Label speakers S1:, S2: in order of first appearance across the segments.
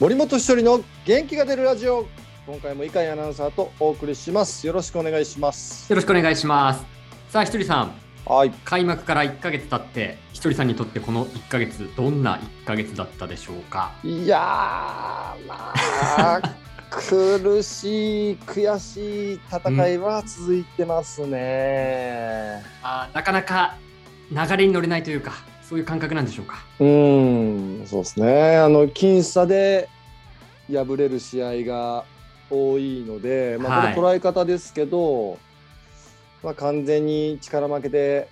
S1: 森本一人の元気が出るラジオ今回も伊海アナウンサーとお送りしますよろしくお願いします
S2: よろしくお願いします。さあ、ひとりさん、
S1: はい
S2: 開幕から1ヶ月経って、ひとりさんにとってこの1ヶ月、どんな1ヶ月だったでしょうか。
S1: いやーまあ苦しい悔しい戦いは続いてますね
S2: あーなかなか流れに乗れないというか、そういう感覚なんでしょうか。
S1: うんそうですねあの僅差で敗れる試合が多いので、まあ、
S2: はい
S1: これ捉え方ですけど、まあ、完全に力負けで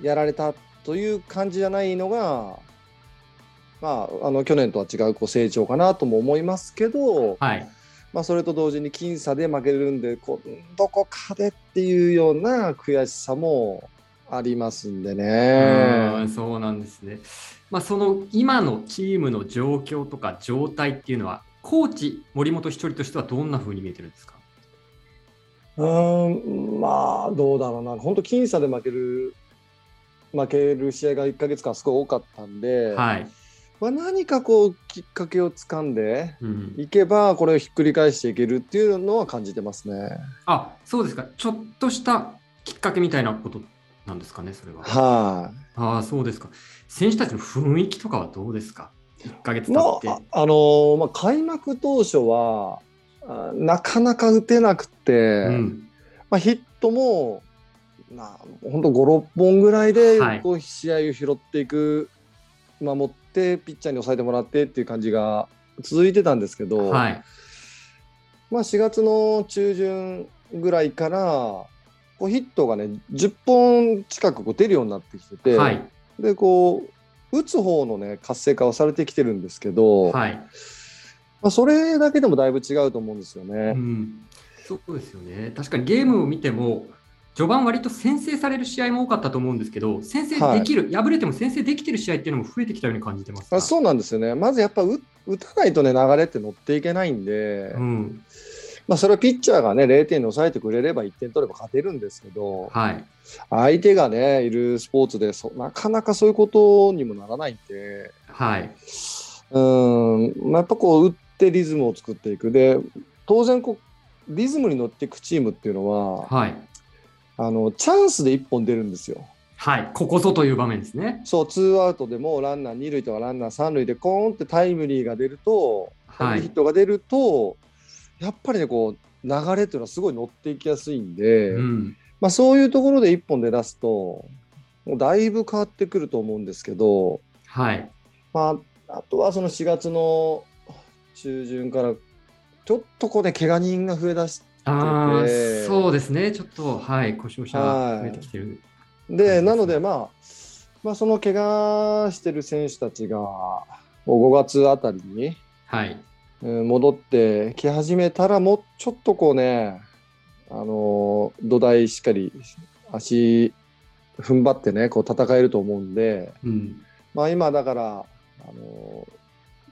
S1: やられたという感じじゃないのが、まあ、あの去年とは違うこう成長かなとも思いますけど、
S2: はい。
S1: まあ、それと同時に僅差で負けるんでこうどこかでっていうような悔しさもありますんで
S2: う
S1: ね。
S2: ーん、そうなんですね。まあ、その今のチームの状況とか状態っていうのは、コーチ、森本ひとりとしてはどんな風に見えてるんですか。
S1: うーん、まあ、どうだろうな、本当、僅差で負ける、負ける試合が1ヶ月間、すごい多かったんで、
S2: はい。
S1: まあ、何かこう、きっかけをつかんで
S2: うん、
S1: いけば、これをひっくり返していけるっていうのは感じてますね。
S2: あ、そうですか。ちょっとしたきっかけみたいなことなんですかね、それは。
S1: は
S2: ああ、そうですか。選手たちの雰囲気とかはどうですか ?1 ヶ月
S1: い、
S2: 経
S1: も
S2: っ
S1: う、あ
S2: て。
S1: あのーまあ、開幕当初は、あなかなか打てなくて、
S2: うん、
S1: まあ、ヒットも、な本当5、6本ぐらいで
S2: はい
S1: こう試合を拾っていく、守って、ピッチャーに抑えてもらってっていう感じが続いてたんですけど、
S2: はい。
S1: まあ、4月の中旬ぐらいから、こうヒットがね、10本近くこう出るようになってきてて、
S2: はい。
S1: でこう打つ方のね、活性化をされてきてるんですけど、
S2: はい。
S1: まあ、それだけでもだいぶ違うと思うんですよ
S2: う
S1: ね。
S2: ん。そうですよね。確かにゲームを見ても、序盤割と先制される試合も多かったと思うんですけど、先制できる、敗れても先制できてる試合っていうのも増えてきたように感じてますか
S1: あそうなんですよねまずやっぱ打打たないとね流れって乗っていけないんで、
S2: うん。
S1: まあ、それはピッチャーがね0点に抑えてくれれば1点取れば勝てるんですけど、
S2: はい。
S1: 相手がねいるスポーツでそなかなかそういうことにもならないんで、
S2: はい。
S1: うーんまあ、やっぱこう打ってリズムを作っていく、で当然こう、リズムに乗っていくチームっていうのは、
S2: はい。
S1: あのチャンスで1本出るんですよ。
S2: はい。ここぞという場面ですね。
S1: そうツーアウトでもランナー2塁とかランナー3塁でコーンってタイムリーが出ると、
S2: は
S1: ヒッ
S2: い。
S1: トが出るとやっぱりねこう流れっていうのはすごい乗っていきやすいんで、
S2: うん。
S1: まあ、そういうところで一本で出すと、もうだいぶ変わってくると思うんですけど、
S2: はい。
S1: まあ、あとはその4月の中旬から、ちょっとこうね、怪我人が増えだし、
S2: ああ、
S1: で
S2: そうですね。ちょっと、はい。故障者が増えてきてる。
S1: で、
S2: うん
S1: なので、まあ、まあ、その怪我してる選手たちが、もう5月あたりに
S2: はい。
S1: うん戻ってき始めたら、もうちょっとこうね、あの土台しっかり足踏ん張ってね、こう戦えると思うんで、
S2: うん。
S1: まあ、今だから、あの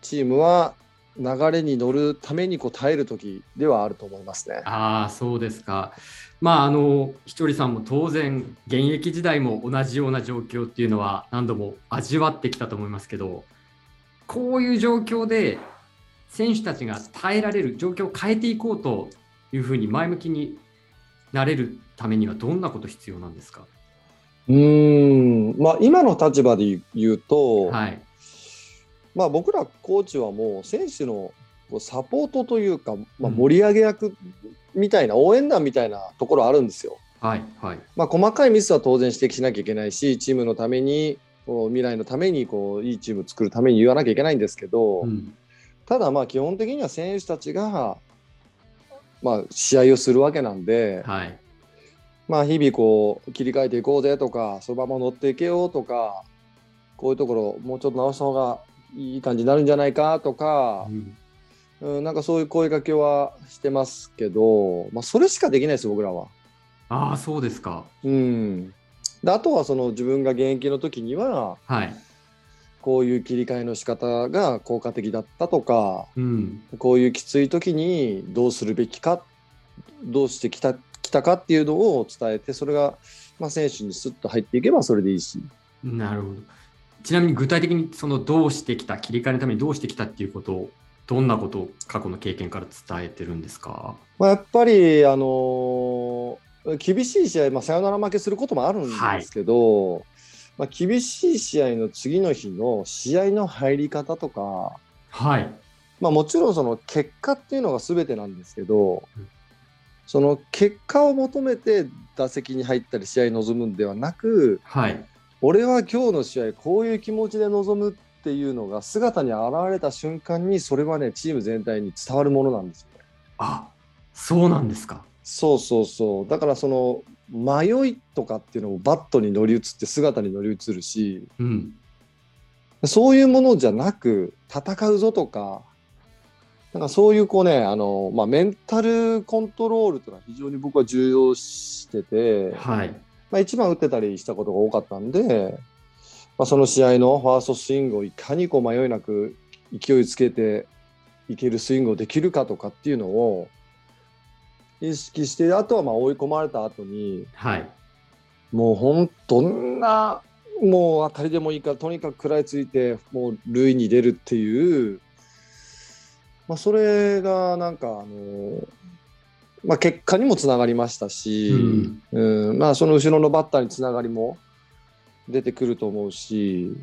S1: チームは流れに乗るためにこう耐える時ではあると思いますね。
S2: ああ、そうですか。まあ、あの、ひとりさんも当然、現役時代も同じような状況っていうのは何度も味わってきたと思いますけど、こういう状況で選手たちが耐えられる状況を変えていこうというふうに前向きになれるためにはどんなこと必要なんですか
S1: うーん、まあ、今の立場で言うと、
S2: はい。
S1: まあ、僕らコーチはもう選手のこうサポートというか、まあ、
S2: うん
S1: 盛り上げ役みたいな、応援団みたいなところあるんですよ。
S2: はい。はい。
S1: まあ、細かいミスは当然指摘しなきゃいけないし、チームのために、こう未来のためにこういいチーム作るために言わなきゃいけないんですけど、
S2: うん。
S1: ただまあ基本的には選手たちが、まあ、試合をするわけなんで、
S2: はい。
S1: まあ、日々こう切り替えていこうぜとかそのまま乗っていけようとかこういうところもうちょっと直した方がいい感じになるんじゃないかとか、
S2: うん
S1: うん、なんかそういう声掛けはしてますけど、まあ、それしかできないです僕らは。
S2: ああ、そうですか。
S1: うん、であとはその自分が現役の時には
S2: はい。
S1: こういう切り替えの仕方が効果的だったとか
S2: うん。
S1: こういうきつい時にどうするべきかどうしてきたきたかっていうのを伝えてそれが、まあ、選手にスッと入っていけばそれでいいし
S2: なるほど。ちなみに具体的にそのどうしてきた、切り替えのためにどうしてきたっていうことどんなことを過去の経験から伝えてるんですか
S1: まあ、やっぱり、あのー厳しい試合、まあ、サヨナラ負けすることもあるんですけど、まあ、厳しい試合の次の日の試合の入り方とか、
S2: はい。
S1: まあ、もちろんその結果っていうのが全てなんですけど
S2: うん、
S1: その結果を求めて打席に入ったり試合に臨むんではなく、
S2: はい。
S1: 俺は今日の試合こういう気持ちで臨むっていうのが姿に現れた瞬間にそれはねチーム全体に伝わるものなんですよね。
S2: あ、そうなんですか。
S1: そうそうそうだからその迷いとかっていうのもバットに乗り移って姿に乗り移るし
S2: うん。
S1: そういうものじゃなく戦うぞとかなんかそういうこうねあの、まあ、メンタルコントロールっていうのは非常に僕は重要してて、
S2: はい。
S1: まあ、1番打ってたりしたことが多かったんで、まあ、その試合のファーストスイングをいかにこう迷いなく勢いつけていけるスイングをできるかとかっていうのを意識してあとはまあ追い込まれた後に
S2: はい。
S1: もうほんどんなもう当たりでもいいからとにかく食らいついてもう塁に出るっていう、まあ、それがなんかあの、まあ、結果にもつながりましたし。
S2: うん。
S1: うんまあ、その後ろのバッターにつながりも出てくると思うし、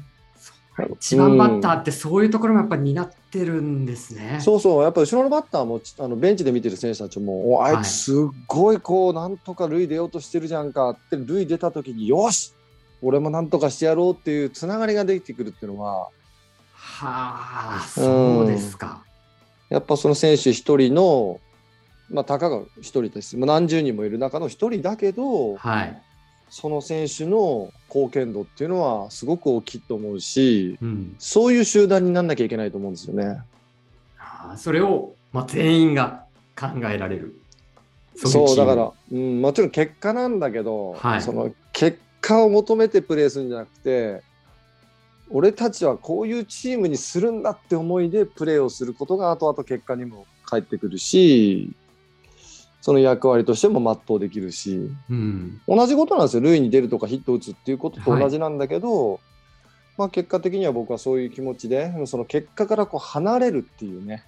S2: 一番バッターってそういうところもやっぱ担ってるんですね。
S1: そうそう、やっぱり後ろのバッターもちあのベンチで見てる選手たちも、おあ
S2: はい
S1: いつ、すっごいこう、なんとか塁出ようとしてるじゃんかって、塁出た時に、よし、俺もなんとかしてやろうっていうつながりができてくるっていうのは、
S2: はあ、そうですか。
S1: やっぱその選手一人の、まあ、たかが一人です、まあ、何十人もいる中の一人だけど、
S2: はい。
S1: その選手の貢献度っていうのは、すごく大きいと思うし。
S2: うん。
S1: そういう集団になんなきゃいけないと思うんですよね。
S2: あーそれを、まあ、全員が考えられる。
S1: そう
S2: いチ
S1: だ
S2: ーム
S1: から、うん、もちろん結果なんだけど、
S2: はい
S1: その結果を求めてプレーするんじゃなくて俺たちはこういうチームにするんだって思いでプレーをすることが後々結果にも返ってくるしその役割としても全うできるし
S2: うん。
S1: 同じことなんですよ塁に出るとかヒット打つっていうことと同じなんだけど、まあ、結果的には僕はそういう気持ちでその結果からこう離れるっていうね。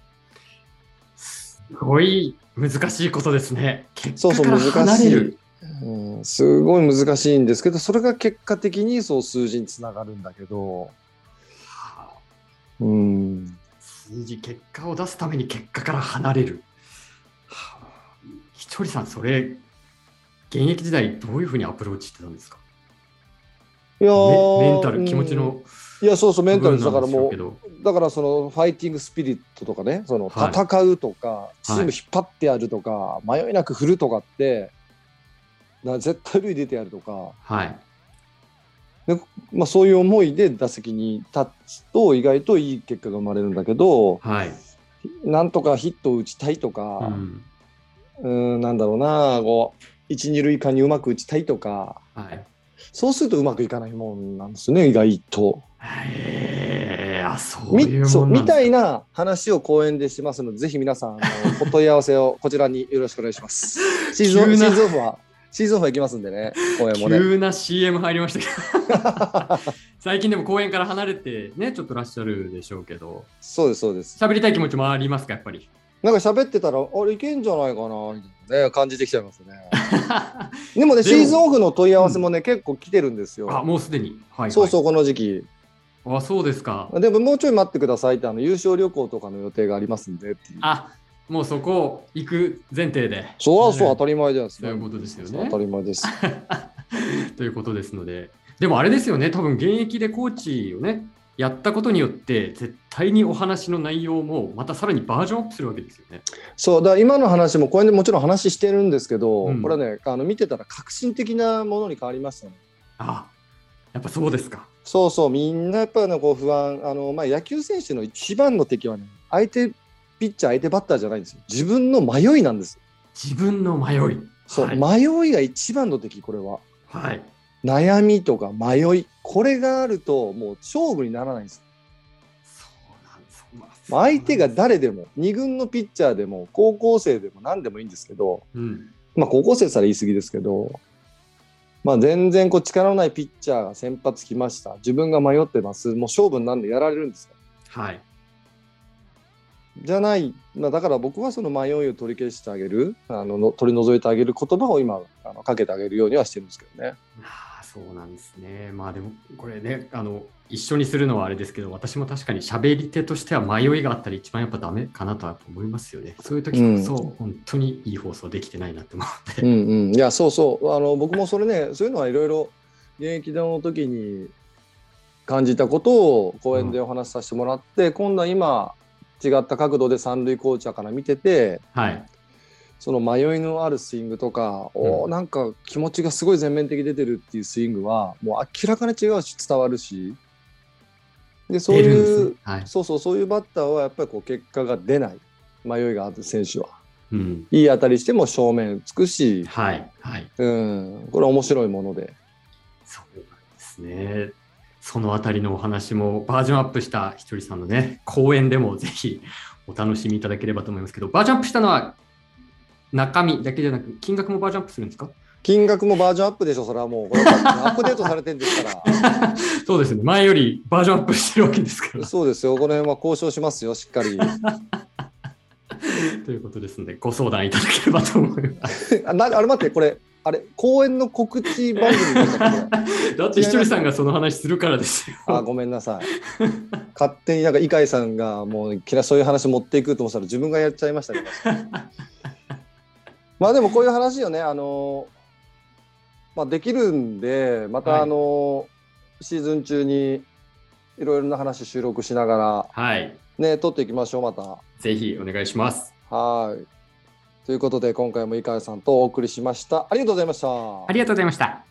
S2: すごい難しいことですね。結
S1: そう
S2: 果
S1: そう
S2: から
S1: 難
S2: 離れ
S1: し
S2: る。
S1: うんすごい難しいんですけどそれが結果的にそう数字につながるんだけど、
S2: はあ
S1: うん、
S2: 数字結果を出すために結果から離れる。はあひとりさん、それ、現役時代、どういうふうにアプローチしてたんですか
S1: いや
S2: メ
S1: ー
S2: メンタ
S1: う
S2: ル、
S1: ん
S2: 気持ちの
S1: いやそうそうメ
S2: 部
S1: ンタルですだ
S2: 分な
S1: から
S2: んでしょう
S1: も
S2: けど、
S1: うだからそのファイティングスピリットとかねその
S2: はい
S1: 戦うとか、チーム
S2: はい
S1: 引っ張ってやるとか、迷いなく振るとかってな絶対塁出てやるとか、
S2: はい。
S1: まあ、そういう思いで打席に立つと意外といい結果が生まれるんだけど
S2: はい。
S1: なんとかヒットを打ちたいとか。
S2: うん
S1: うーん、なんだろうな、こう、一、二塁間にうまく打ちたいとか、
S2: はい。
S1: そうするとうまくいかないもんなんですね、意外と。
S2: えー、あ、そう
S1: み
S2: いう
S1: そう
S2: もんな
S1: み
S2: んだ
S1: たいな話を講演でしてますので、ぜひ皆さん、あのお問い合わせをこ ちらによろしくお願いします。シーズンオフ
S2: 急
S1: シ
S2: な
S1: ーズンオフは、シーズンオフは行きますんでね、講演もね。
S2: 急な CM 入りましたけど、 最近でも公園から離れてね、ちょっとらっしゃるでしょうけど、
S1: そうです、そうです。
S2: 喋りたい気持ちもありますか、や っぱり。
S1: なんか喋ってたら、あれいけんじゃないかな、みたいなね、感じてきちゃいますね。でもね、
S2: でも
S1: シーズンオフの問い合わせもね、結構来てるんですよ。
S2: あ、もうすでに。はい、はい。
S1: そうそう、この時期。
S2: う。あ、そうですか。
S1: でももうちょい待ってくださいってあの優勝旅行とかの予定がありますんでっていう
S2: あもうそこ行く前提で。
S1: そうはそう当
S2: ね
S1: たり前じゃないですか。
S2: そういうことですよね
S1: 当たり前です。
S2: ということですので、でもあれですよね、多分現役でコーチをね、やったことによって、絶対にお話の内容もまたさらにバージョンアップするわけですよね。
S1: そうだから今の話もこれでもちろん話してるんですけど、
S2: うん
S1: これはねあの見てたら革新的なものに変わりましたね。
S2: あやっぱそうですか。
S1: そうそうみんなやっぱりねこう不安あのまあ野球選手の一番の敵はね相手ピッチャー相手バッターじゃないんですよ。自分の迷いなんですよ。
S2: 自分の迷い。
S1: そう、
S2: はい。
S1: 迷いが一番の敵これは
S2: はい、
S1: 悩みとか迷いこれがあるともう勝負にならないんですよ。
S2: そうなんです。
S1: まあ相手が誰でも2軍のピッチャーでも高校生でも何でもいいんですけど、
S2: うん。
S1: まあ、高校生さら言い過ぎですけど、まあ、全然こう力のないピッチャーが先発来ました自分が迷ってますもう勝負になんでやられるんですよ
S2: はい。
S1: じゃない、まあ、だから僕はその迷いを取り消してあげるあのの取り除いてあげる言葉を今あのかけてあげるようにはしてるんですけどね。
S2: ああそうなんですね。まあでもこれねあの一緒にするのはあれですけど私も確かに喋り手としては迷いがあったら一番やっぱダメかなとは思いますよね。そういう時こそ、
S1: う
S2: 本当にいい放送できてないなって思って。
S1: うんうん、いやそうそうあの僕もそれねそういうのはいろいろ現役の時に感じたことを講演でお話しさせてもらって、今度は今違った角度で三塁コーチャーから見てて
S2: はい。
S1: その迷いのあるスイングとか、お
S2: う
S1: ー
S2: ん
S1: なんか気持ちがすごい全面的に出てるっていうスイングはもう明らかに違うし伝わるしでそう
S2: 出るんです
S1: いう
S2: ね。はい。
S1: そうそうそういうバッターはやっぱりこう結果が出ない迷いがある選手は
S2: うん。
S1: いい当たりしても正面つくし、
S2: はい。はい。
S1: うん、これ面白いもので。
S2: そうなんですね。そのあたりのお話もバージョンアップしたひとりさんのね、講演でもぜひお楽しみいただければと思いますけど、バージョンアップしたのは中身だけじゃなく、金額もバージョンアップするんですか
S1: 金額もバージョンアップでしょ、それはもう。これはアップデートされてんですか
S2: そうですね、前よりバージョンアップしてるわけですから
S1: ら。。そうですよ、この辺は交渉しますよ、しっかり。
S2: ということですので、ご相談いただければと思います。
S1: あなあれ待って、これ、あれ、公演の告知番組でしたっけこれ
S2: だってひとりさんがその話するからですよ。
S1: あ、ごめんなさい。勝手になんか、井飼さんがもう、きらそういう話持っていくと思ったら、自分がやっちゃいま したけど。まあでも、こういう話をね、あの、まあ、できるんで、ま
S2: はい
S1: た、あの、シーズン中に、いろいろな話収録しながら、
S2: はい、
S1: ね、撮っていきましょう、また。
S2: ぜひお願いします。
S1: はい。ということで、今回も井川さんとお送りしました。ありがとうございました。
S2: ありがとうございました。